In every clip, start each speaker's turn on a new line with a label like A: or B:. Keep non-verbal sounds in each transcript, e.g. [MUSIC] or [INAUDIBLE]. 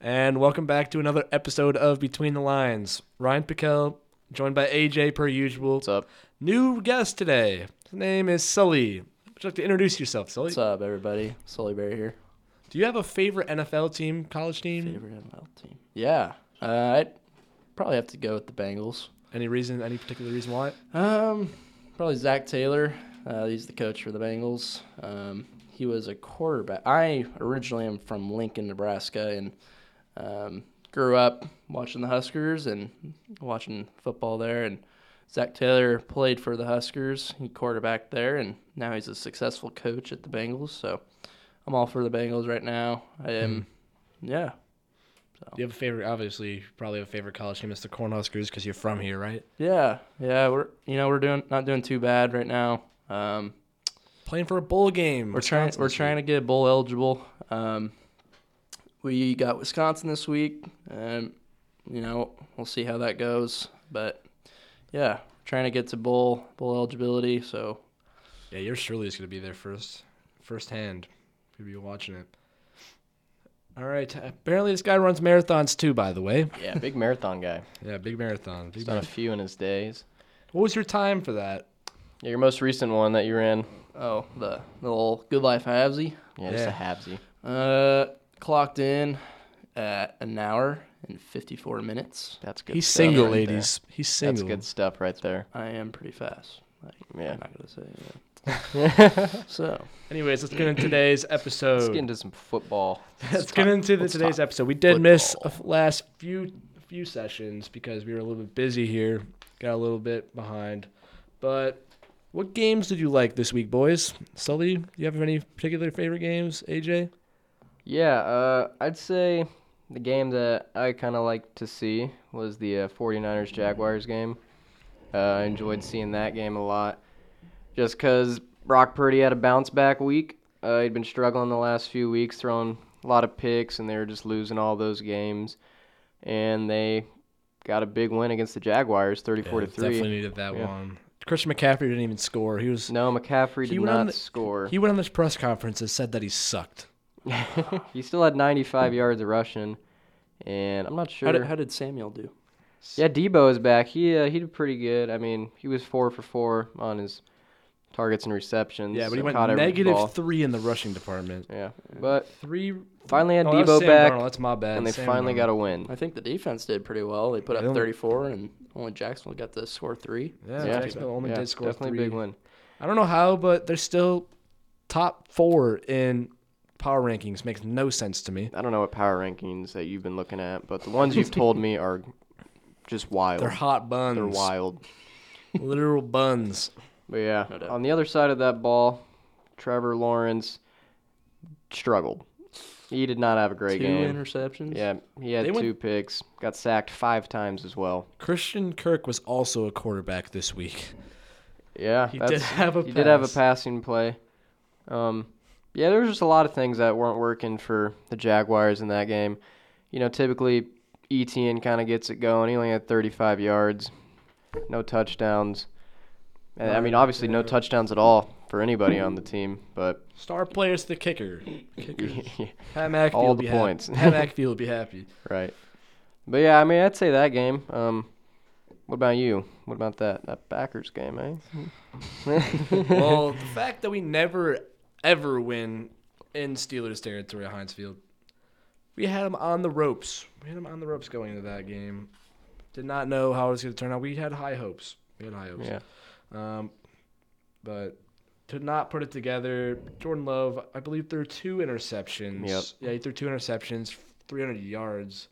A: And welcome back to another episode of Between the Lines. Ryan Piquel, joined by AJ per usual.
B: What's up?
A: New guest today. His name is Sully. Would you like to introduce yourself, Sully?
B: What's up, everybody? Sully Berry here.
A: Do you have a favorite NFL team, college team?
B: Favorite NFL team? Yeah, uh, I'd probably have to go with the Bengals.
A: Any reason, any particular reason why?
B: Um, probably Zach Taylor. Uh, he's the coach for the Bengals. Um, he was a quarterback. I originally am from Lincoln, Nebraska, and um, grew up watching the Huskers and watching football there. And Zach Taylor played for the Huskers. He quarterbacked there, and now he's a successful coach at the Bengals. So I'm all for the Bengals right now. I am, yeah. Oh.
A: Do you have a favorite, obviously, you probably have a favorite college team. It's the Cornhuskers because you're from here, right?
B: Yeah, yeah, we're you know we're doing not doing too bad right now. Um,
A: Playing for a bowl game.
B: we're trying
A: Wisconsin
B: we're
A: this
B: trying to get bowl eligible. Um, we got Wisconsin this week, and you know we'll see how that goes. But yeah, trying to get to bowl bowl eligibility. So
A: week. Yeah, yours surely is going to be there first, firsthand. People you watching it. All right. Apparently, this guy runs marathons too. By the way,
C: Yeah, [LAUGHS] big marathon guy.
A: yeah, big marathon. Big
C: He's done a few in his days.
A: What was your time for that?
C: Yeah, your most recent one that you ran.
B: oh the little good life halvesy.
C: Yeah, just a
A: Yeah.
C: habsy.
B: Uh, clocked in at an hour and fifty four minutes.
C: That's good.
A: He's
C: stuff
A: single,
C: right there.
A: ladies. He's single.
C: That's good stuff right there.
B: I am pretty fast. Like,
C: Yeah.
B: I'm not gonna say.
C: [LAUGHS]
B: yeah. so
A: Anyways, let's get into today's episode.
C: Let's get into some football.
A: Let's get into the,
C: let's
A: today's
C: talk
A: episode. We did miss a f- last few few sessions because we were a little bit busy here, got a little bit behind. But what games did you like this week, boys? Sully, do you have any particular favorite games? AJ,
C: Yeah, uh, I'd say the game that I kind of liked to see was the uh, 49ers Jaguars game. Uh, I enjoyed seeing that game a lot just because Brock Purdy had a bounce back week. Uh, he'd been struggling the last few weeks, throwing a lot of picks, and they were just losing all those games. And they got a big win against the Jaguars, 34 to 3.
A: Definitely needed that
C: Yeah.
A: one. Christian McCaffrey didn't even score. He was
C: No, McCaffrey
A: He
C: did
A: went on
C: not
A: the-
C: score.
A: he went on this press conference and said that he sucked.
C: He still had 95 yards of rushing, and I'm not sure.
B: how did, how did Samuel do?
C: Yeah, Debo is back. He uh, he did pretty good. I mean, he was four for four on his targets and receptions.
A: Yeah, but he
C: so
A: went
C: caught every ball.
A: negative three in the rushing department.
C: yeah, but
A: Three.
C: finally had
A: Oh, that was
C: Debo
A: Sam
C: back,
A: Darnold. That's my bad.
C: and they
A: Sam
C: finally
A: Darnold.
C: got a win.
B: I think the defense did pretty well. They put
A: Yeah, they
B: up
A: only-
B: 34, and only Jacksonville got the score three.
A: Yeah,
C: Yeah.
A: Jacksonville only
C: yeah,
A: did score
C: definitely
A: three.
C: big win.
A: I don't know how, but they're still top four in power rankings. Makes no sense to me.
C: I don't know what power rankings that you've been looking at, but the
A: [LAUGHS]
C: ones you've told me are just wild.
A: They're hot buns.
C: They're wild.
A: [LAUGHS] Literal buns.
C: But yeah,
B: No doubt.
C: on the other side of that ball, Trevor Lawrence struggled. He did not have a great
B: Two
C: game.
B: interceptions.
C: yeah, he had
A: They
C: two
A: went-
C: picks, got sacked five times as well.
A: Christian Kirk was also a quarterback this week.
C: Yeah,
A: He
C: that's-
A: did have a
C: he did have a
A: pass.
C: passing play. Um, yeah, there was just a lot of things that weren't working for the Jaguars in that game. You know, typically E Etn kind of gets it going. He only had 35 yards, no touchdowns. And, I mean, obviously no touchdowns at all for anybody on the team, but
A: [LAUGHS]
C: [LAUGHS]
A: Star players the kicker. Kicker. Pat McAfee
C: All
A: will
C: the
A: be
C: points.
A: Happy. Pat McAfee will be happy.
C: right. But yeah, I mean, I'd say that game. Um, what about you? What about that that Packers game, eh? [LAUGHS]
A: Well, the fact that we never ever win in Steelers territory at Heinz Field, we had them on the ropes. We had them on the ropes going into that game. Did not know how it was going to turn out. We had high hopes. We had high hopes.
C: Yeah.
A: Um, but to not put it together, Jordan Love, I believe threw two interceptions.
C: Yep.
A: Yeah, he threw two interceptions, 300 yards,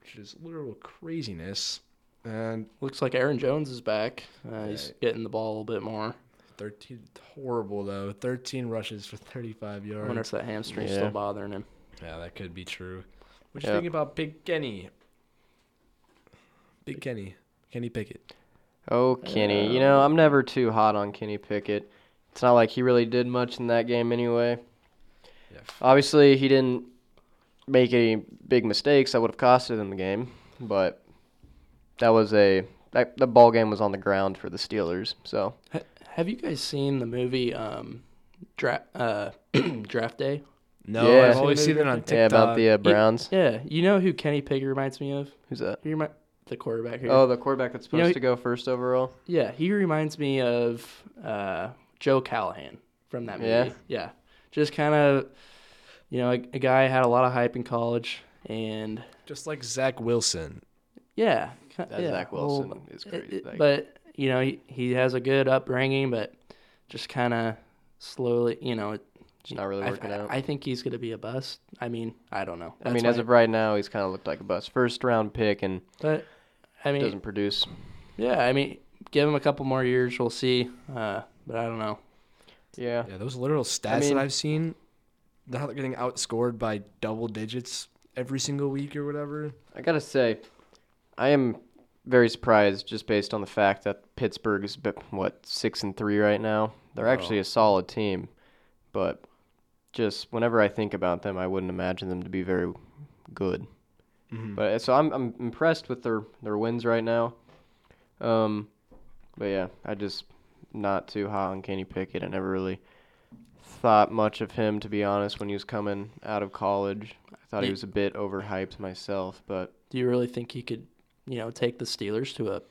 A: which is literal craziness. And
B: Looks like Aaron Jones is back. Uh, he's
A: Right.
B: getting the ball a little bit more.
A: 13, horrible though. 13 rushes for 35
B: I
A: yards.
B: wonder if that hamstring's
C: Yeah.
B: still bothering him.
A: Yeah, that could be true. What you
C: Yep.
A: think about Big Kenny? Big Kenny. Kenny Pickett.
C: Oh, Kenny. you know, I'm never too hot on Kenny Pickett. It's not like he really did much in that game anyway.
A: Yeah.
C: Obviously, he didn't make any big mistakes that would have costed them the game, but that was a that the ball game was on the ground for the Steelers. So,
B: Ha- have you guys seen the movie um, Dra- uh, [CLEARS THROAT] Draft Day?
A: No,
C: Yeah.
A: Oh, I've always seen it on TikTok.
C: Yeah, about the uh, Browns.
B: Yeah, you know who Kenny Pickett reminds me of?
C: Who's that?
B: He remi- the quarterback here.
C: Oh, the quarterback that's
B: You know,
C: supposed to go first overall.
B: Yeah, he reminds me of uh, Joe Callahan from that movie.
C: Yeah?
B: Yeah, just kind of, you know, a, a guy had a lot of hype in college, and
A: just like Zach Wilson.
B: yeah, ki-
C: That
B: yeah,
C: Zach
B: well,
C: Wilson is
B: it-
C: crazy.
B: it-
C: Like,
B: but you know, he, he has a good upbringing, but just kind of slowly, you know, it,
C: it's not really
B: I-
C: working
B: I,
C: out. I,
B: I think he's gonna be a bust. I mean, I don't know.
C: mean,
B: That's
C: as
B: my-
C: of right now, he's kind of looked like a bust. First round pick and
B: but I mean,
C: doesn't produce.
B: yeah, I mean, give him a couple more years, we'll see. Uh, but I don't know.
C: Yeah.
A: Yeah, those literal stats
C: mean-
A: that I've seen, they're not getting outscored by double digits every single week or whatever.
C: I gotta say, I am very surprised just based on the fact that Pittsburgh is bit- what six and three right now. They're actually a solid team, but just whenever I think about them, I wouldn't imagine them to be very good. But uh, so I'm I'm impressed with their their wins right now. Um, but yeah, I just not too hot on Kenny Pickett. I never really thought much of him to be honest when he was coming out of college. I thought he
B: Ye-
C: was a bit overhyped myself, but
B: Do you really think he could, you know, take the Steelers to a,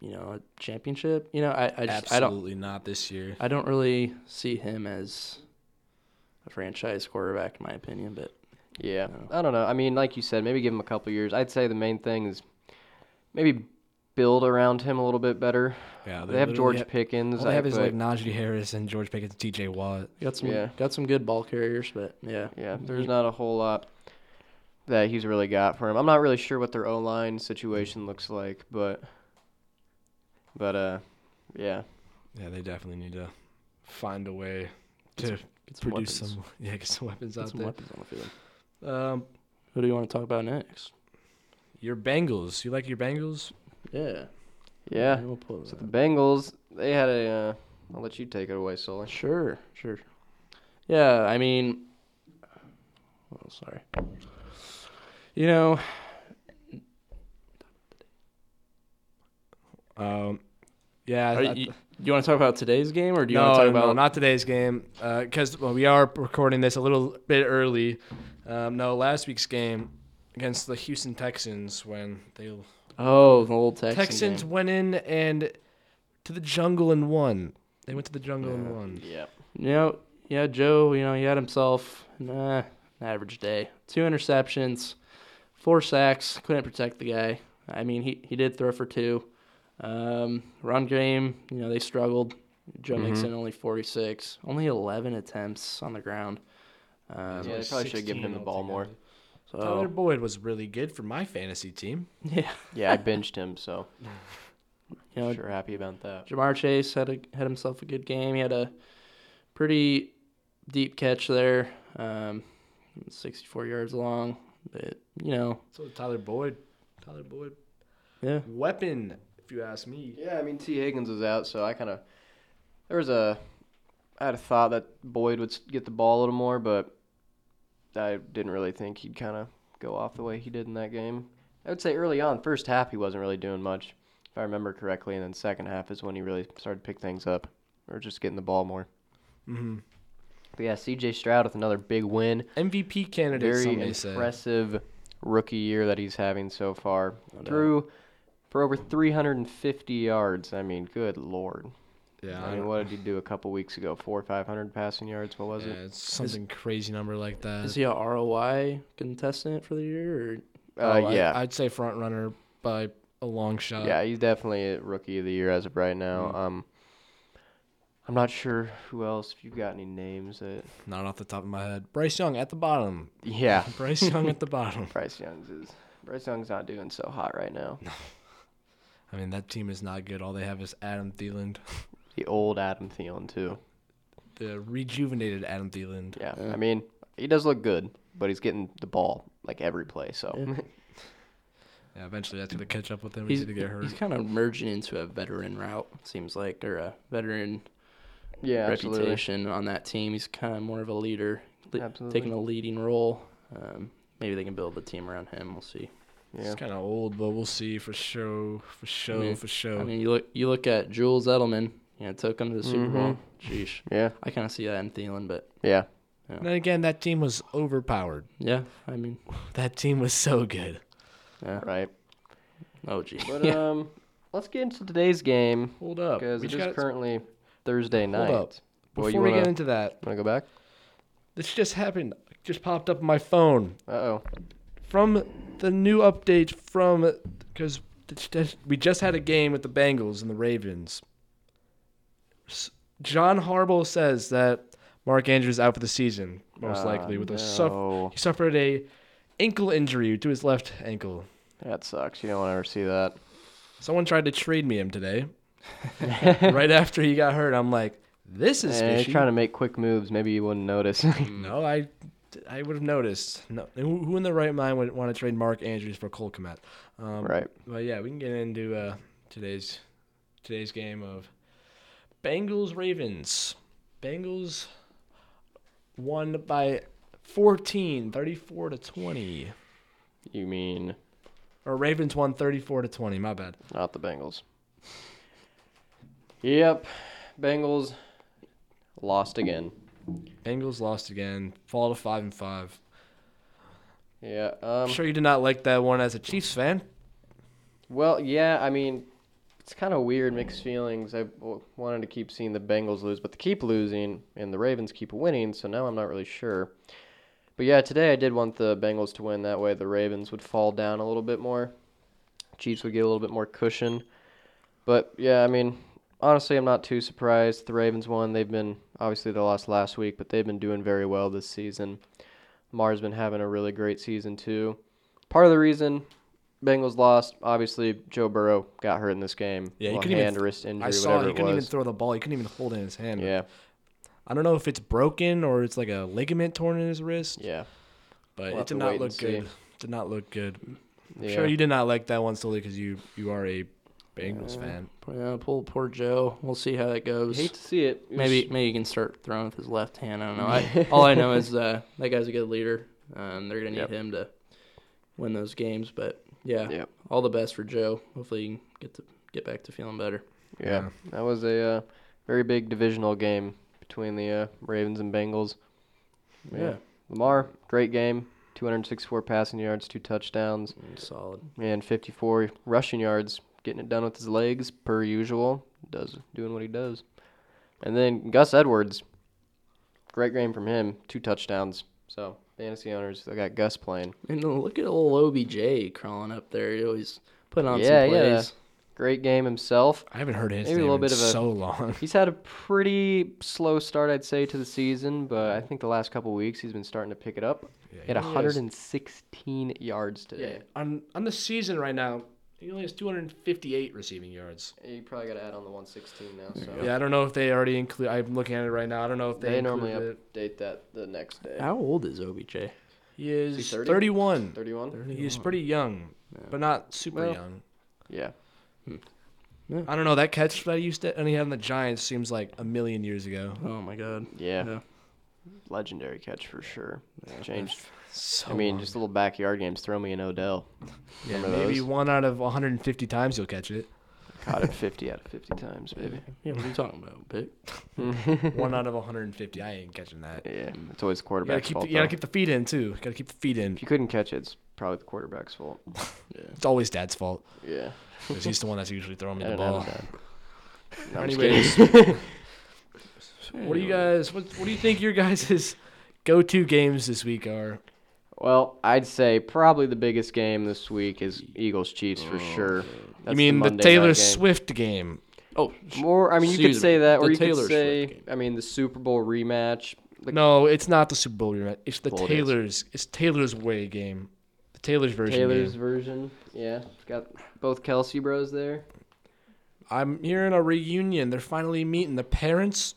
B: you know, a championship? You know, I, I just I don't
A: Absolutely not this year.
B: I don't really see him as a franchise quarterback in my opinion. But
C: Yeah, I don't know. I mean, like you said, maybe give him a couple years. I'd say the main thing is maybe build around him a little bit better.
A: Yeah,
C: They have George
A: Pickens.
C: Pickens.
A: All they
C: I-
A: have is like
C: but-
A: Najee Harris and George Pickens, T.J. Watt.
B: got some
C: Yeah.
B: got some good ball carriers, but yeah,
C: yeah, there's not a whole lot that he's really got for him. I'm not really sure what their O line situation looks like, but but uh, yeah,
A: Yeah, they definitely need to find a way to
B: get some
A: produce
B: weapons.
A: some. [LAUGHS] Yeah, get some weapons
B: Get
A: out
B: some
A: there.
B: weapons on the field.
A: Um,
B: Who do you want to talk about next?
A: your Bengals. You like your Bengals?
B: Yeah,
C: yeah.
B: We'll pull it
C: So
B: up.
C: the Bengals, they had a. Uh, I'll let you take it away, Sully.
B: Sure, sure. Yeah, I mean, oh, sorry. You know,
A: Um, yeah.
B: are
A: I-
B: you, you want to talk about today's game, or do you
A: no,
B: want to talk
A: no,
B: about
A: not today's game because well, we are recording this a little bit early. Um, no, last week's game against the Houston Texans when they
B: Oh, the old Texan
A: Texans
B: game.
A: went in and to the jungle and won. They went to the jungle and won.
C: Yeah.
B: You know, yeah, Joe. You know, he had himself nah, an average day. Two interceptions, four sacks. Couldn't protect the guy. I mean, he he did throw for two. Um, run game. You know, they struggled. Joe Mixon only 46, only 11 attempts on the ground. Um,
C: Yeah, they probably should have given him the ball more. Oh.
B: so
A: Tyler Boyd was really good for my fantasy team.
B: yeah,
C: Yeah, I binged
A: [LAUGHS]
C: him, so
B: you know,
C: sure happy about that.
B: Jamar Chase had a, had himself a good game. He had a pretty deep catch there, um, 64 yards long. But you know,
A: So Tyler Boyd, Tyler Boyd,
B: yeah,
A: weapon. If you ask me,
C: Yeah, I mean T. Higgins was out, so I kind of there was a I had a thought that Boyd would s- get the ball a little more, but I didn't really think he'd kind of go off the way he did in that game. I would say early on, first half he wasn't really doing much, if I remember correctly, and then second half is when he really started to pick things up or just getting the ball more.
A: Mhm.
C: But yeah, C.J. Stroud with another big win,
A: MVP candidate.
C: very
A: some may say.
C: impressive rookie year that he's having so far. Through for over 350 yards. I mean, good lord.
A: Yeah,
C: I
A: I
C: mean,
A: don't-
C: what did he do a couple weeks ago? Four or five hundred passing yards. What was
A: yeah,
C: it? Uh,
A: it's something crazy number like that.
B: is he a ROI contestant for the year? Or
C: Uh,
A: Oh, I-
C: yeah,
A: I'd say front runner by a long shot.
C: yeah. He's definitely a rookie of the year as of right now.
A: Mm-hmm.
C: Um, I'm not sure who else. If you've got any names that, [LAUGHS]
A: not off the top of my head. Bryce Young at the bottom.
C: yeah,
A: Bryce Young at the [LAUGHS] bottom.
C: Bryce Young's is Bryce Young's not doing so hot right now.
A: I mean, that team is not good. All they have is Adam Thielen,
C: The old Adam Thielen too.
A: the rejuvenated Adam Thielen.
C: Yeah, I mean, he does look good, but he's getting the ball like every play. So
A: Yeah, eventually that's gonna catch up with him. He's
B: he's
A: gonna get hurt.
C: [LAUGHS]
B: he's kind of merging into a veteran route. it Seems like or a veteran
C: [LAUGHS] yeah, absolutely.
B: reputation on that team. He's kind of more of a leader, li-
C: Absolutely.
B: taking a leading role. Um, maybe they can build a team around him. We'll see.
A: He's kind of old, but we'll see for show, for show,
B: mean-
A: for show.
B: I mean, you look you look at
C: Mm-hmm.
B: Jules Edelman. You know, took him to the Super Bowl. Sheesh.
C: Yeah,
B: I kind of see that in Thielen, but
C: yeah.
B: Yeah.
A: And again, that team was overpowered.
B: Yeah, I mean,
A: That team was so good.
B: yeah.
C: Right.
B: Oh, gee.
C: But um, let's get into today's game
A: Hold up.
C: because
A: Oh, We
C: it
A: just
C: is
A: got-
C: currently Thursday night.
A: up.
C: Well,
A: Before
C: you
A: we
C: wanna,
A: get into that,
C: wanna go back?
A: this just happened. It Just popped up on my phone
C: Uh oh.
A: from the new update from because we just had a game with the Bengals and the Ravens. S- John Harbaugh says that Mark Andrews is out for the season,
C: Uh, Ah,
A: most likely with a suff- he suffered a ankle injury to his left ankle.
C: That sucks. You don't want to ever see that.
A: Someone tried to trade me him today. right after he got hurt, I'm like, this is
C: Eh,
A: fishy.
C: you're trying to make quick moves. Maybe you
A: [LAUGHS]
C: wouldn't notice.
A: No, I, I would have noticed. No, who who in their right mind would want to trade Mark Andrews for Cole Komet? Um,
C: right.
A: But yeah, we can get into uh, today's today's game of Bengals Ravens. Bengals won by 14, 34 to 20.
C: You mean
A: Or Ravens won 34 to 20. My bad.
C: not the Bengals? Yep. Bengals lost again.
A: Bengals lost again. Fall to five and five.
C: Yeah.
A: I'm
C: Um.
A: sure you did not like that one as a Chiefs fan.
C: Well, yeah. I mean, it's kind of weird, mixed feelings. I w- wanted to keep seeing the Bengals lose, but they keep losing, and the Ravens keep winning. So now I'm not really sure. But yeah, today I did want the Bengals to win. That way, the Ravens would fall down a little bit more. Chiefs would get a little bit more cushion. But yeah, I mean, honestly, I'm not too surprised. The Ravens won. They've been obviously they lost last week, but they've been doing very well this season. Mar's been having a really great season too. Part of the reason Bengals lost, obviously, Joe Burrow got hurt in this game.
A: Yeah, he
C: Well,
A: couldn't even-
C: hand, wrist injury,
A: I saw
C: whatever
A: he
C: it
A: couldn't even
C: was.
A: throw the ball. He couldn't even hold it in his hand.
C: yeah,
A: I don't know if it's broken or it's like a ligament torn in his wrist,
C: yeah,
A: but
C: We'll have
A: it did
C: to
A: not
C: wait and
A: look good.
C: see.
A: Did not look good.
C: yeah.
A: Sure, you did not like that one solely because you you are a Bengals
B: Yeah.
A: fan.
B: Yeah, poor, poor Joe. We'll see how that goes.
C: hate to see it. It was-
B: Maybe maybe he can start throwing with his left hand. I don't know.
C: [LAUGHS]
B: I, all I know is uh, that guy's a good leader. Um, they're gonna need
C: Yep.
B: him to win those games. But yeah,
C: Yep.
B: all the best for Joe. Hopefully, he can get to get back to feeling better.
C: Yeah,
A: Yeah.
C: that was a uh, very big divisional game between the uh, Ravens and Bengals.
B: Yeah.
C: Lamar, great game. 264 passing yards, two touchdowns,
B: Mm-hmm. Solid.
C: and 54 rushing yards. Getting it done with his legs, per usual. Does doing what he does. And then Gus Edwards, great game from him. Two touchdowns. So fantasy owners, they got Gus playing.
B: And look at old OBJ crawling up there. He always putting on
C: Yeah,
B: some
C: yeah.
B: plays.
C: Great game himself.
A: I haven't heard his
C: Maybe a
A: name
C: little
A: in
C: bit of a-
A: so long. [LAUGHS]
C: He's had a pretty slow start, I'd say, to the season, but I think the last couple weeks he's been starting to pick it up. He had
A: he has-
C: 116 yards today.
A: on on the season right now, he only has 258 receiving yards.
C: You probably got to add on the 116 now. So
A: Yeah, I don't know if they already include. I'm looking at it right now. I don't know if they,
C: they, normally
A: included it.
C: update that the next day.
B: How old is OBJ?
A: He is,
C: Is he 30?
A: 31.
C: 31.
A: He's pretty young, but not super
C: Well,
A: young.
C: Yeah.
A: I don't know that catch that he used to and he had on the Giants seems like a million years ago.
B: Oh my God.
C: yeah,
B: Yeah.
C: legendary catch for sure. Changed.
A: So
C: I mean,
A: long.
C: just little backyard games. Throw me an Odell.
A: yeah,
C: remember
A: maybe
C: those?
A: one out of 150 times you'll catch it. [LAUGHS]
C: Caught it 50 out of 50 times, baby.
B: Yeah. What are you talking about, Pick?
A: one out of 150. I ain't catching that.
C: Yeah, it's always
A: You gotta
C: the quarterback's
A: keep
C: fault.
A: the, you gotta
C: though.
A: keep the feet in too. Gotta keep the feet in.
C: If you couldn't catch it, it's probably the quarterback's fault.
B: Yeah.
A: It's always dad's fault
C: Yeah.
A: 'cause he's the one that's usually throwing me
C: [LAUGHS] I
A: the
C: don't
A: ball.
C: have that. No, I'm just kidding.
A: Anyways,
C: [LAUGHS]
A: what do you guys? What, what do you think your guys' go-to games this week are?
C: Well, I'd say probably the biggest game this week is Eagles Chiefs for sure.
A: I
C: That's
A: mean the,
C: Monday night
A: Taylor
C: game.
A: Swift game.
B: Oh,
C: More, I mean, you could
B: Excuse
C: say
B: me,
C: that,
B: the
C: or you
B: Taylor
C: could
B: Swift
C: say,
B: game.
C: I mean, the Super Bowl rematch. The-
A: No, it's not the Super Bowl rematch. It's the
C: Well, it is.
A: Taylor's. It's Taylor's way game. The Taylor's version.
C: Taylor's
A: game.
C: version, yeah, got both Kelsey bros there.
A: I'm hearing a reunion. They're finally meeting. The parents'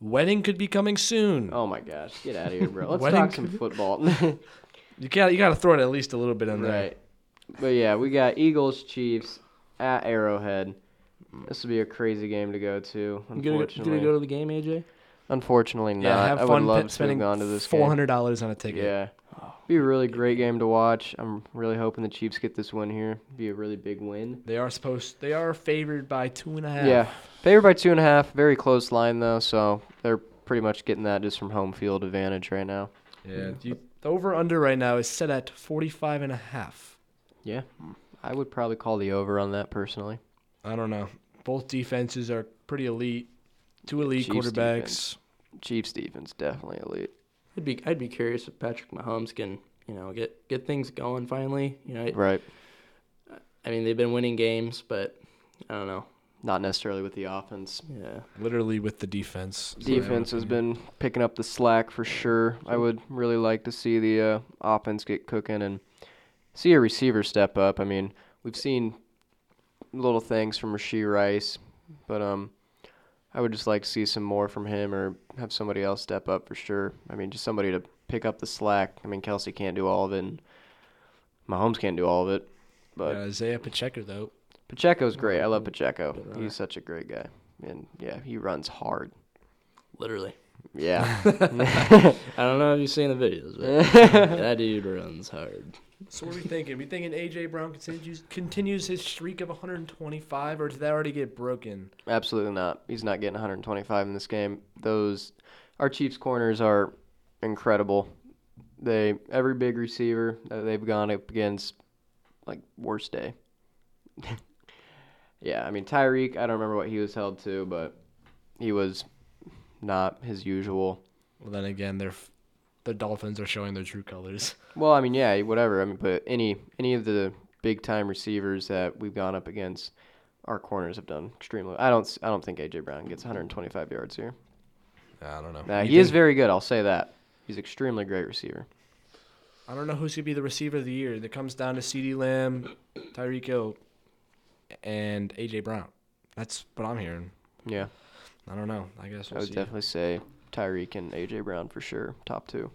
A: wedding could be coming soon.
C: Oh my gosh, get out of
B: [LAUGHS]
C: here, bro! Let's
A: Wedding
C: talk some football,
A: You got you got to throw it at least a little bit in there.
C: [LAUGHS] right? But yeah, we got Eagles Chiefs at Arrowhead. This would be a crazy game to go to.
B: You gonna, go- you
C: Unfortunately,
B: gonna go to the game, AJ?
C: unfortunately not.
A: Yeah, have
C: I would
A: fun
C: love
A: pe-
C: to have
A: spending
C: gone to this
A: four
C: game.
A: hundred dollars on a ticket.
C: Yeah. Be a really great game to watch. I'm really hoping the Chiefs get this win here. Be a really big win.
A: They are supposed. They are favored by two and a half.
C: Yeah. Favored by two and a half. Very close line though, so they're pretty much getting that just from home field advantage right now.
A: Yeah, you, the over under right now is set at 45 and a half.
C: Yeah, I would probably call the over on that personally.
A: I don't know. Both defenses are pretty elite. Two elite
C: Chiefs
A: quarterbacks.
C: defense. Chiefs defense definitely elite.
B: I'd be I'd be curious if Patrick Mahomes can you know get get things going finally. You know,
C: Right.
B: I mean they've been winning games, but I don't know.
C: Not necessarily with the offense.
B: Yeah,
A: Literally with the defense. is what I would
C: Defense has
A: think.
C: been picking up the slack for sure. I would really like to see the uh, offense get cooking and see a receiver step up. I mean, we've seen little things from Rasheed Rice, but um, I would just like to see some more from him or have somebody else step up for sure. I mean, just somebody to pick up the slack. I mean, Kelsey can't do all of it, and Mahomes can't do all of it, but
A: Yeah, Isaiah Pacheco, though.
C: Pacheco's great. I love Pacheco.
B: Good runner.
C: He's such a great guy, and yeah, he runs hard.
B: literally.
C: Yeah.
B: I don't know if you've seen the videos, but that dude runs hard.
A: So what are we thinking? We thinking AJ Brown continues continues his streak of 125, or did that already get broken?
C: Absolutely not. He's not getting 125 in this game. Those our Chiefs corners are incredible. They every big receiver that they've gone up against like worst day. [LAUGHS] yeah, I mean Tyreek, I don't remember what he was held to, but he was not his usual.
A: Well, then again, they're f- the Dolphins are showing their true colors.
C: Well, I mean, yeah, whatever. I mean, but any any of the big time receivers that we've gone up against, our corners have done extremely. I don't s- I don't think AJ Brown gets 125 yards here.
A: I don't know.
C: Nah, he is very good. I'll say that. He's extremely great receiver.
A: I don't know who's gonna be the receiver of the year. It comes down to C.D. Lamb, Tyreek Hill, and AJ Brown. That's what I'm hearing.
C: Yeah,
A: I don't know. I guess
C: I
A: we'll
C: would
A: see.
C: definitely say Tyreek and AJ Brown for sure, top two.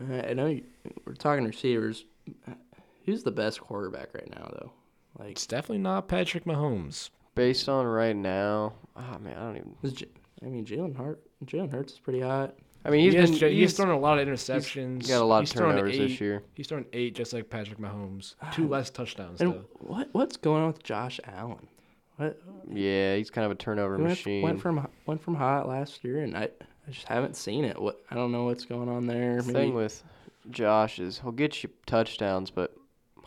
B: Uh, I know you, we're talking receivers. Who's the best quarterback right now, though? Like,
A: It's definitely not Patrick Mahomes.
C: Based on right now, ah man, I don't even.
B: is J- I mean, Jalen Hart. Jalen Hurts is pretty hot.
C: I mean,
A: He's,
C: he's
A: he has,
C: been
A: ju- he's,
C: he's,
A: thrown a lot of interceptions.
C: got a lot
A: He's
C: of
A: thrown
C: turnovers
A: eight-
C: this year.
A: He's thrown eight, just like Patrick Mahomes.
C: [SIGHS]
A: Two less touchdowns
B: And
A: though.
B: what what's going on with Josh Allen? What
C: Yeah, he's kind of a turnover
B: he went,
C: machine.
B: went from went from hot last year, and I, I just haven't seen it. What I don't know what's going on there.
C: The thing with Josh is he'll get you touchdowns, but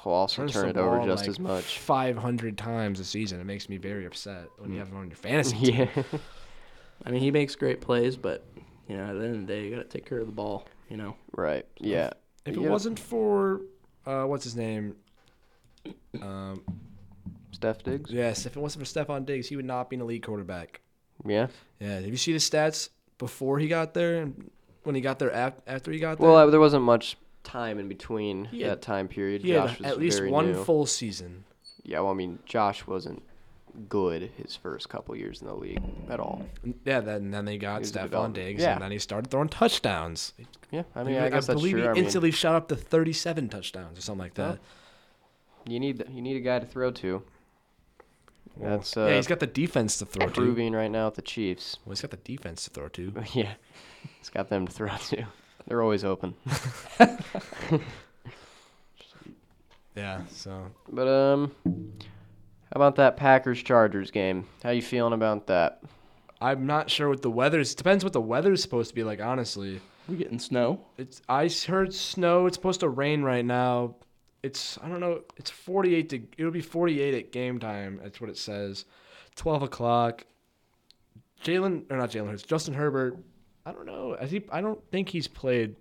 C: he'll also
A: Turns
C: turn
A: the
C: it over
A: ball,
C: just
A: like, [LAUGHS]
C: as much. [LAUGHS] Mm.
A: 500 times a season. It makes me very upset when you have him on your
C: [LAUGHS]
A: fantasy team.
C: yeah,
B: I mean, he makes great plays, but you know, at the end of the day, you got to take care of the ball. You know,
C: right. Yeah,
A: If it
C: Yeah.
A: wasn't for, uh, what's his name? Um,
C: Steph Diggs.
A: yes, if it wasn't for Stephon Diggs, he would not be an elite quarterback.
C: Yeah.
A: Yeah, if you see the stats before he got there and when he got there af- after he got there,
C: Well, I, there wasn't much time in between
A: He had-
C: that time period.
A: he
C: Josh
A: had
C: was
A: at least
C: very
A: one
C: new.
A: full season.
C: Yeah, well, I mean, Josh wasn't good his first couple years in the league at all.
A: And- Yeah, then then they got
C: He's a
A: Stephon
C: development.
A: Diggs,
C: Yeah.
A: and then he started throwing touchdowns.
C: Yeah, I mean, I, guess that's
A: believe
C: true. I
A: he
C: mean,
A: instantly shot up to 37 touchdowns or something like
C: Well,
A: that.
C: you need you need a guy to throw to.
A: Well,
C: That's
A: yeah,
C: uh,
A: he's got the defense to throw to.
C: proving right now at the Chiefs. [LAUGHS]
A: Well, he's got the defense to throw to.
C: yeah, he's got them to throw to. They're always open.
A: Yeah, so
C: But um, how about that Packers Chargers game? How you feeling about that?
A: I'm not sure what the weather's. Depends what the weather's supposed to be like. Honestly,
B: we getting snow.
A: it's. I s- heard snow. It's supposed to rain right now. It's. I don't know. It's 48. To, it'll be 48 at game time. That's what it says. 12 o'clock. Jalen or not Jalen Hurts. Justin Herbert. I don't know. I think I don't think he's played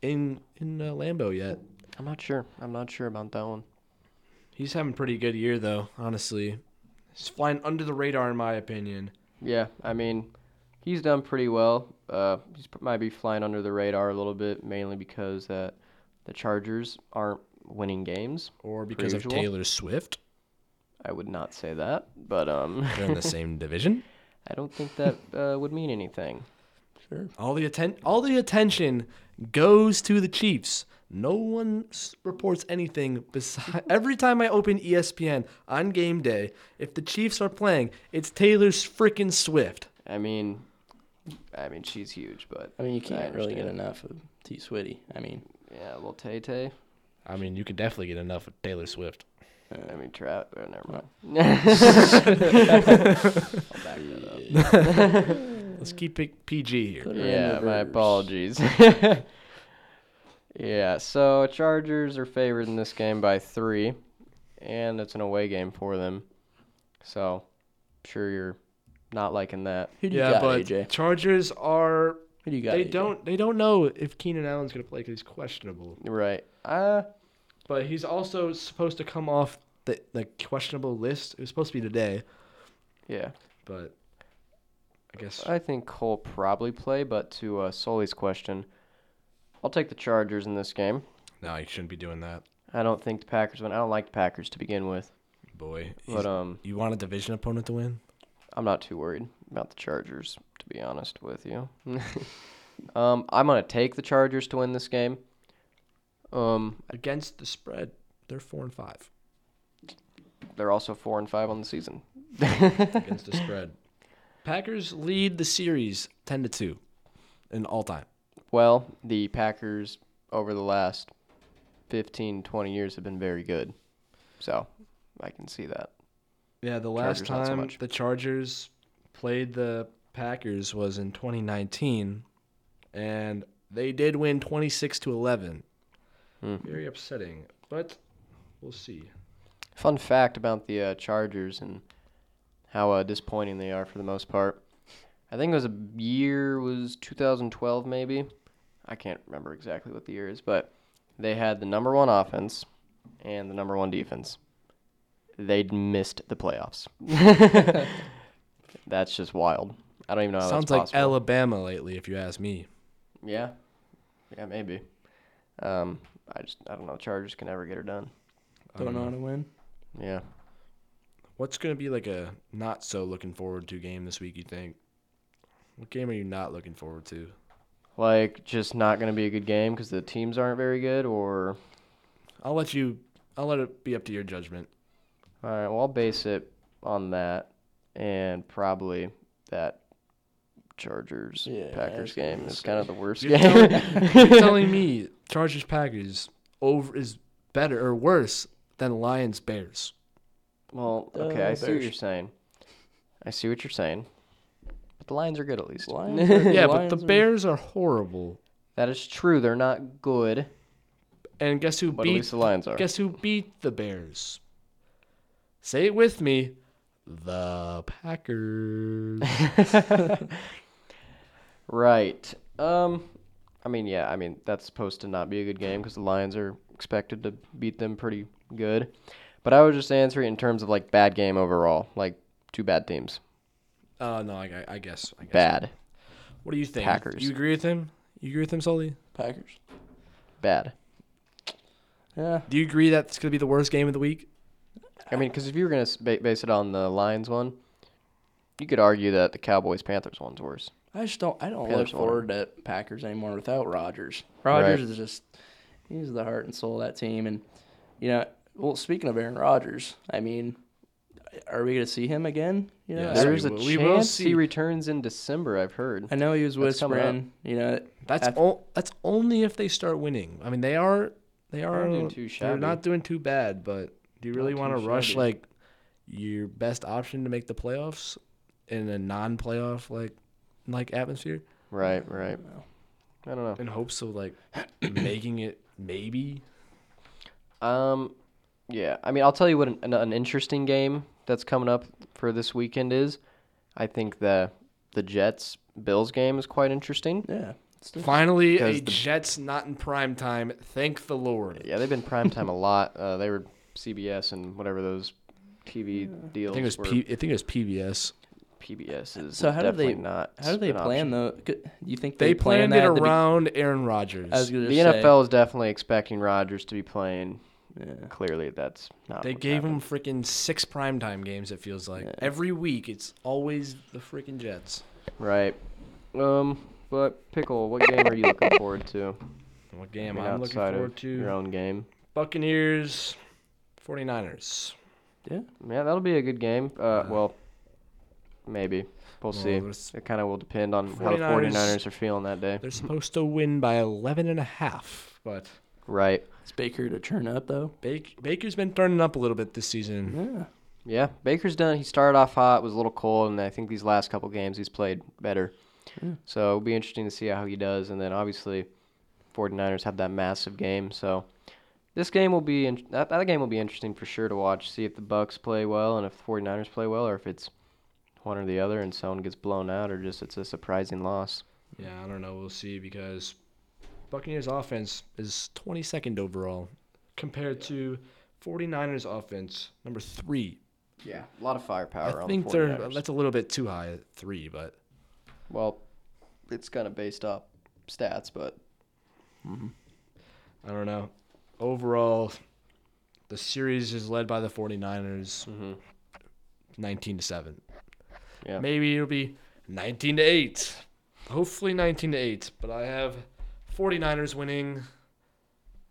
A: in in uh, Lambeau yet.
C: I'm not sure. I'm not sure about that one.
A: He's having a pretty good year though. Honestly, he's flying under the radar in my opinion.
C: Yeah, I mean, he's done pretty well. Uh, he's pr- might be flying under the radar a little bit, mainly because uh, the Chargers aren't winning games.
A: Or because of
C: usual.
A: Taylor Swift.
C: I would not say that, but um, [LAUGHS]
A: They're in
B: [LAUGHS]
A: the same division.
C: I don't think that uh, would mean anything.
B: Sure.
A: All the atten- all the attention goes to the Chiefs. No one s- reports anything besides [LAUGHS] every time I open E ESPN on game day, if the Chiefs are playing, it's Taylor's freaking Swift.
C: I mean, I mean she's huge, but
B: I mean, you
C: I
B: can't really get
C: understand.
B: enough of T. Switty. I mean,
C: yeah, well Tay Tay.
A: I mean, you could definitely get enough with Taylor Swift.
C: I mean Trout. Oh, never mind. I'll back that up.
A: Let's keep it PG here.
B: Put her in
C: Yeah, my
B: reverse. [LAUGHS]
C: apologies. [LAUGHS] yeah, so Chargers are favored in this game by three, and it's an away game for them. So, I'm sure you're not liking that.
B: Who do you
A: Yeah,
B: got,
A: but
B: AJ?
A: Chargers are
B: Who do you got?
A: they
B: AJ?
A: don't they don't know if Keenan Allen's gonna play because he's questionable,
C: Right. Uh,
A: but he's also supposed to come off the the questionable list. It was supposed to be today,
C: yeah.
A: but I guess
C: I think Cole probably play, but to uh, Soli's question, I'll take the Chargers in this game.
A: no, he shouldn't be doing that,
C: I don't think the Packers win. I don't like the Packers to begin with,
A: boy.
C: but um,
A: you want a division opponent to win?
C: I'm not too worried about the Chargers, to be honest with you. um, I'm gonna take the Chargers to win this game. Um,
A: Against the spread, they're four and five
C: they're also four and five on the season.
A: [LAUGHS] against the spread. Packers lead the series ten to two, in all time.
C: Well, the Packers over the last 15, 20 years have been very good, so I can see that.
A: Yeah, the last
C: Chargers, not so
A: time
C: much.
A: the Chargers played the Packers was in 2019, and they did win 26 to 11.
C: Hmm.
A: Very upsetting, but we'll see.
C: Fun fact about the uh, Chargers and how uh, disappointing they are for the most part. I think it was a year was 2012 maybe. I can't remember exactly what the year is, but they had the number one offense and the number one defense. They'd missed
A: [LAUGHS]
C: the playoffs. that's just wild. I don't even know how
A: Sounds like
C: Oh, that's possible.
A: Alabama lately, if you ask me.
C: yeah, yeah, maybe. Um, I just I don't know. Chargers can never get her done.
A: I
B: Don't
A: don't
B: know how
A: know.
B: to win.
C: Yeah.
A: What's going to be like a not so looking forward to game this week, you think? What game are you not looking forward to?
C: like just not going to be a good game because the teams aren't very good or
A: I'll let you, I'll let it be up to your judgment.
C: all right well i'll base it on that and probably that chargers
B: Yeah, I was
C: packers
B: gonna
C: game is
B: say.
C: kind of the
A: [LAUGHS]
C: worst
A: You're
C: game
A: telling, you're telling me Chargers Packers over is better or worse than Lions
C: [LAUGHS]
A: Bears.
C: [LAUGHS] well
B: Uh,
C: okay i see what
B: Bears.
C: you're saying i see what you're saying but the lions are good at least
B: Lions are-
A: [LAUGHS] Yeah, but the
B: Lions are-
A: Bears are horrible.
C: that is true they're not good
A: And guess who
C: but at
A: beat
C: least the lions are
A: guess who beat the Bears? Say it with me. The
C: [LAUGHS]
A: Packers.
C: right um i mean yeah i mean that's supposed to not be a good game because the lions are expected to beat them pretty good but i was just answering in terms of like bad game overall like two bad teams
A: Oh no, I, I guess. I guess.
C: bad
A: What do you think?
C: Packers.
A: You agree with him? You agree with him, Sully?
B: Packers.
C: bad
B: Yeah.
A: Do you agree that it's gonna be the worst game of the week?
C: i mean because if you were going to ba- base it on the lions one you could argue that the cowboys panthers one's worse
B: I just don't. I don't look
C: Panthers won it.
B: forward to Packers anymore without Rodgers.
C: Right.
B: Rodgers is just he's the heart and soul of that team. And you know, well, speaking of Aaron Rodgers, I mean, are we gonna see him again? You know,
A: Yes.
B: I,
C: there's
A: we
C: a
A: will- we will
C: chance he
A: see.
C: returns in december i've heard
B: I know he was
C: That's coming up.
B: whispering. You know,
A: That's
B: After-
A: o- that's only if they start winning. I mean, they are they are
C: not doing
A: they're,
C: too shabby.
A: not doing too bad, but do you really
C: too
A: want to rush
C: shabby.
A: like your best option to make the playoffs in a non-playoff like like atmosphere
C: right right
B: Well.
C: i don't know
A: in hopes of [CLEARS THROAT] like making it maybe?
C: Um, yeah. I mean, I'll tell you what an, an, an interesting game that's coming up for this weekend is. I think the the Jets Bills game is quite interesting.
B: yeah, it's the-
A: Finally, a
C: Because the-
A: Jets not in prime time. Thank the Lord.
C: Yeah, they've been prime
B: [LAUGHS]
C: time a lot. Uh, they were CBS and whatever those TV
A: I
C: deals
A: think it was
C: were.
A: P- I think it was PBS.
C: PBS is
B: So how do
C: definitely
B: they-
C: not.
B: how do they
C: an
B: plan
C: option.
B: though? Do you think
A: They,
B: they, plan
A: planned
B: that
A: it
B: at the be-
A: around Aaron Rodgers.
B: I was gonna
C: The
B: say,
C: NFL is definitely expecting Rodgers to be playing.
B: Yeah.
C: Clearly, that's not.
A: They
C: what's
A: gave
C: happened.
A: him freaking six primetime games. It feels like
B: Yeah.
A: every week it's always the freaking Jets.
C: right. Um, but pickle, what game are you
B: [LAUGHS]
C: looking forward to?
A: What
C: I
A: game
C: mean,
A: I'm looking
C: outside of
A: forward
C: your
A: to?
C: own game.
A: Buccaneers, 49ers.
C: Yeah, that'll be a good game. Uh,
A: Yeah.
C: well, maybe we'll see.
A: Well, it's-
C: It kind of will depend on how the
A: 49ers
C: 49ers are feeling that day.
A: They're supposed to win by 11 and a half, but
C: Right.
B: Is Baker to turn up though?
A: Bake, Baker's been turning up a little bit this season.
B: Yeah.
C: Yeah, Baker's done. He started off hot, was a little cold, and I think these last couple games he's played better. So it'll be interesting to see how he does. And then obviously, 49ers have that massive game. So this game will be in- that, that game will be interesting for sure to watch. See if the Bucks play well and if the 49ers play well, or if it's one or the other, and someone gets blown out, or just it's a surprising loss.
A: Yeah, I don't know. We'll see because Buccaneers offense is 22nd overall compared to 49ers offense number 3.
C: Yeah, a lot of firepower.
A: I think they're uh, that's a little bit too high at 3, but
C: well, it's kind of based off stats, but
A: I don't know. Overall the series is led by the 49ers
C: Mm-hmm.
A: 19 to 7.
C: Yeah.
A: Maybe it'll be 19 to 8. Hopefully 19 to 8, but I have 49ers winning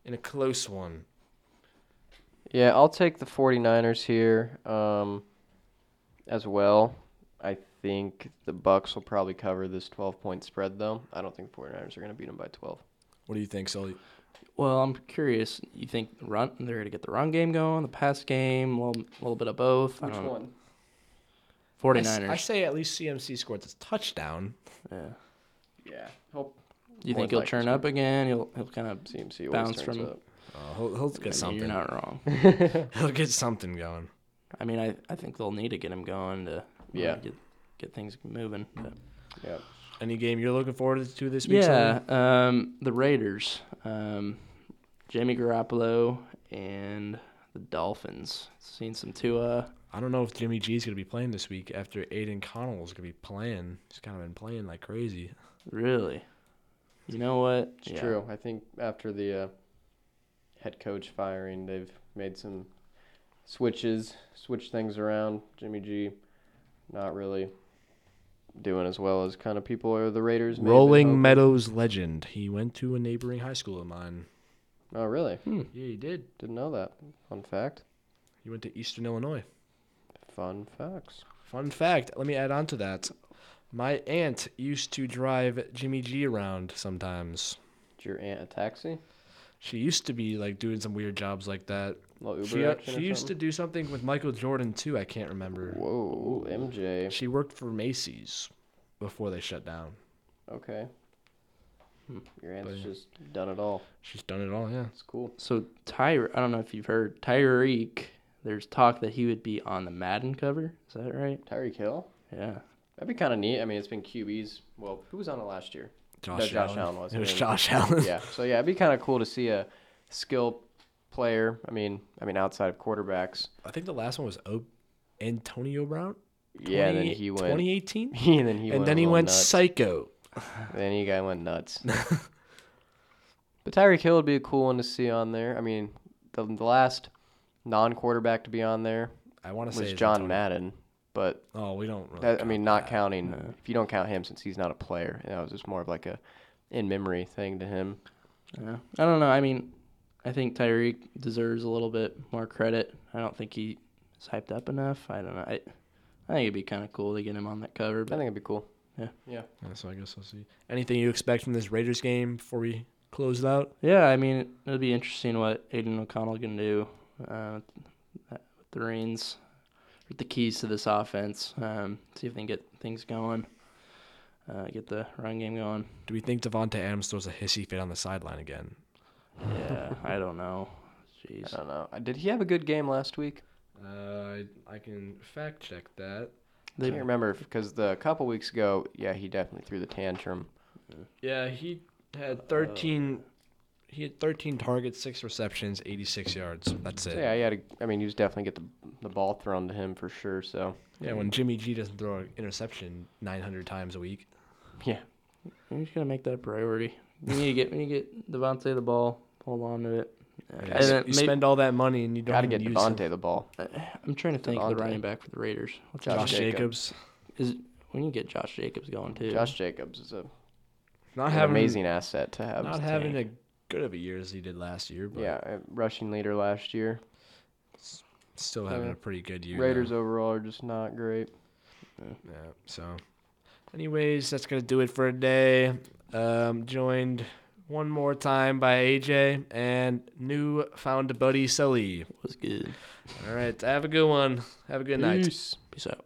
A: in a close one.
C: Yeah, I'll take the 49ers here um, as well. I think the Bucks will probably cover this 12 point spread, though. I don't think the 49ers are going to beat them by 12.
A: What do you think, Sully?
B: Well, I'm curious. You think run? They're gonna get the run game going, the pass game, a little, little bit of both. I don't know. 49ers.
A: I, say at least CMC scored this touchdown.
B: yeah.
C: Yeah. Hope
B: You
C: More
B: think he'll
C: likely
B: turn
C: so.
B: up again? He'll he'll kind of.
C: CMC
B: Bounce
C: always turns
B: from-
C: up.
A: Oh, he'll, he'll get
B: You're
A: something.
B: not wrong.
A: [LAUGHS] He'll get something going.
B: I mean, I, I think they'll need to get him going to really
C: Yeah.
B: get, get things moving. But.
C: Yeah.
A: Any game you're looking forward to this week?
B: Yeah,
A: Sully?
B: um, the Raiders, um, Jamie Garoppolo, and the Dolphins. Seen some Tua.
A: I don't know if Jimmy G's going to be playing this week after Aiden Connell's going to be playing. He's kind of been playing like crazy.
B: Really, you know what?
C: It's
B: Yeah.
C: true. I think after the uh, head coach firing, they've made some switches, switch things around. Jimmy G, not really doing as well as kind of people or the Raiders. may have been
A: Rolling
C: hoping.
A: Meadows legend. He went to a neighboring high school of mine.
C: Oh, really?
A: Yeah, he did.
C: Didn't know that. Fun fact.
A: He went to Eastern Illinois.
C: Fun facts.
A: Fun fact. Let me add on to that. My aunt used to drive Jimmy G around sometimes.
C: Is your aunt a taxi?
A: She used to be like doing some weird jobs like that.
C: Little Uber
A: She, uh,
C: action
A: she
C: or
A: used to
C: something?
A: do something with Michael Jordan too. I can't remember.
C: Whoa, MJ.
A: She worked for Macy's before they shut down.
C: Okay. Your aunt's
A: But-
C: just done it all.
A: She's done it all, yeah.
C: It's cool.
B: So Tyre, I don't know if you've heard Tyreek. There's talk that he would be on the Madden cover. Is that right?
C: Tyreek Hill.
B: Yeah.
C: That'd be kind of neat. I mean, it's been QBs. Well, who was on it last year?
A: Josh,
C: Josh Allen
A: [LAUGHS]
C: was,
A: It was
C: yeah.
A: Josh Allen.
C: yeah. So yeah, it'd be kind of cool to see a skill player. I mean, I mean outside of quarterbacks.
A: I think the last one was o- Antonio Brown.
C: yeah. And then
A: 20
C: he went.
A: 2018.
C: and then [LAUGHS] he went.
A: and
C: a
A: then he
C: little
A: went
C: nuts.
A: psycho.
C: Then you guy
A: [LAUGHS]
C: went nuts. but Tyreek Hill would be a cool one to see on there. I mean, the, the last non-quarterback to be on there
A: I want to say
C: was
A: it's
C: John
A: Antonio.
C: Madden, but
A: Oh, we don't. Really
C: that, I mean,
A: count
C: not
A: that.
C: counting if you don't count him since he's not a player. That was just more of like a in memory thing to him.
B: Yeah. I don't know. I mean, I think Tyreek deserves a little bit more credit. I don't think he's hyped up enough. I don't know. I, I think it'd be kind of cool to get him on that cover.
C: I think
B: But
C: it'd be cool.
A: Yeah, so I guess we'll see. Anything you expect from this Raiders game before we close it out?
B: yeah, I mean, it'll be interesting what Aiden O'Connell can do uh, with the reins, with the keys to this offense. Um, see if they can get things going, uh, get the run game going.
A: Do we think Devonta Adams throws a hissy fit on the sideline again?
B: Yeah, I don't know. Jeez.
C: I don't know. Uh, Did he have a good game last week?
A: Uh, I can fact check that.
C: I
B: They-
C: can't remember because the couple weeks ago, yeah, he definitely threw the tantrum.
A: Yeah, he had 13. he had 13 targets, six receptions, 86 yards. That's it.
C: So yeah, he had. A, I mean, he was definitely get the the ball thrown to him for sure. So
A: Yeah, when Jimmy G doesn't throw an interception 900 times a week.
C: yeah,
B: I'm just gonna make that a priority. We need to get we need to get Devontae the ball, hold on to it. And
A: you
B: then
A: you
B: may-
A: spend all that money and you don't
C: gotta
A: even
C: get
A: use him.
C: Devontae the ball.
B: I'm trying to think of the
C: Devontae.
B: running back for the Raiders. What's
C: Josh
A: Josh
C: Jacobs.
A: Jacobs.
B: Is we need to get Josh Jacobs going too.
C: Josh Jacobs is a,
A: Not
C: an
A: having
C: amazing asset to have.
A: not having a good of a year as he did last year, but
C: yeah, a rushing leader last year.
A: still having
C: Yeah.
A: a pretty good year.
C: Raiders
A: though.
C: overall are just not great.
A: Yeah. So, anyways, that's gonna do it for today. Um, joined one more time by AJ and new found buddy Sully.
B: was good.
A: All right. Have a good one. Have a good night.
B: Peace. Peace out.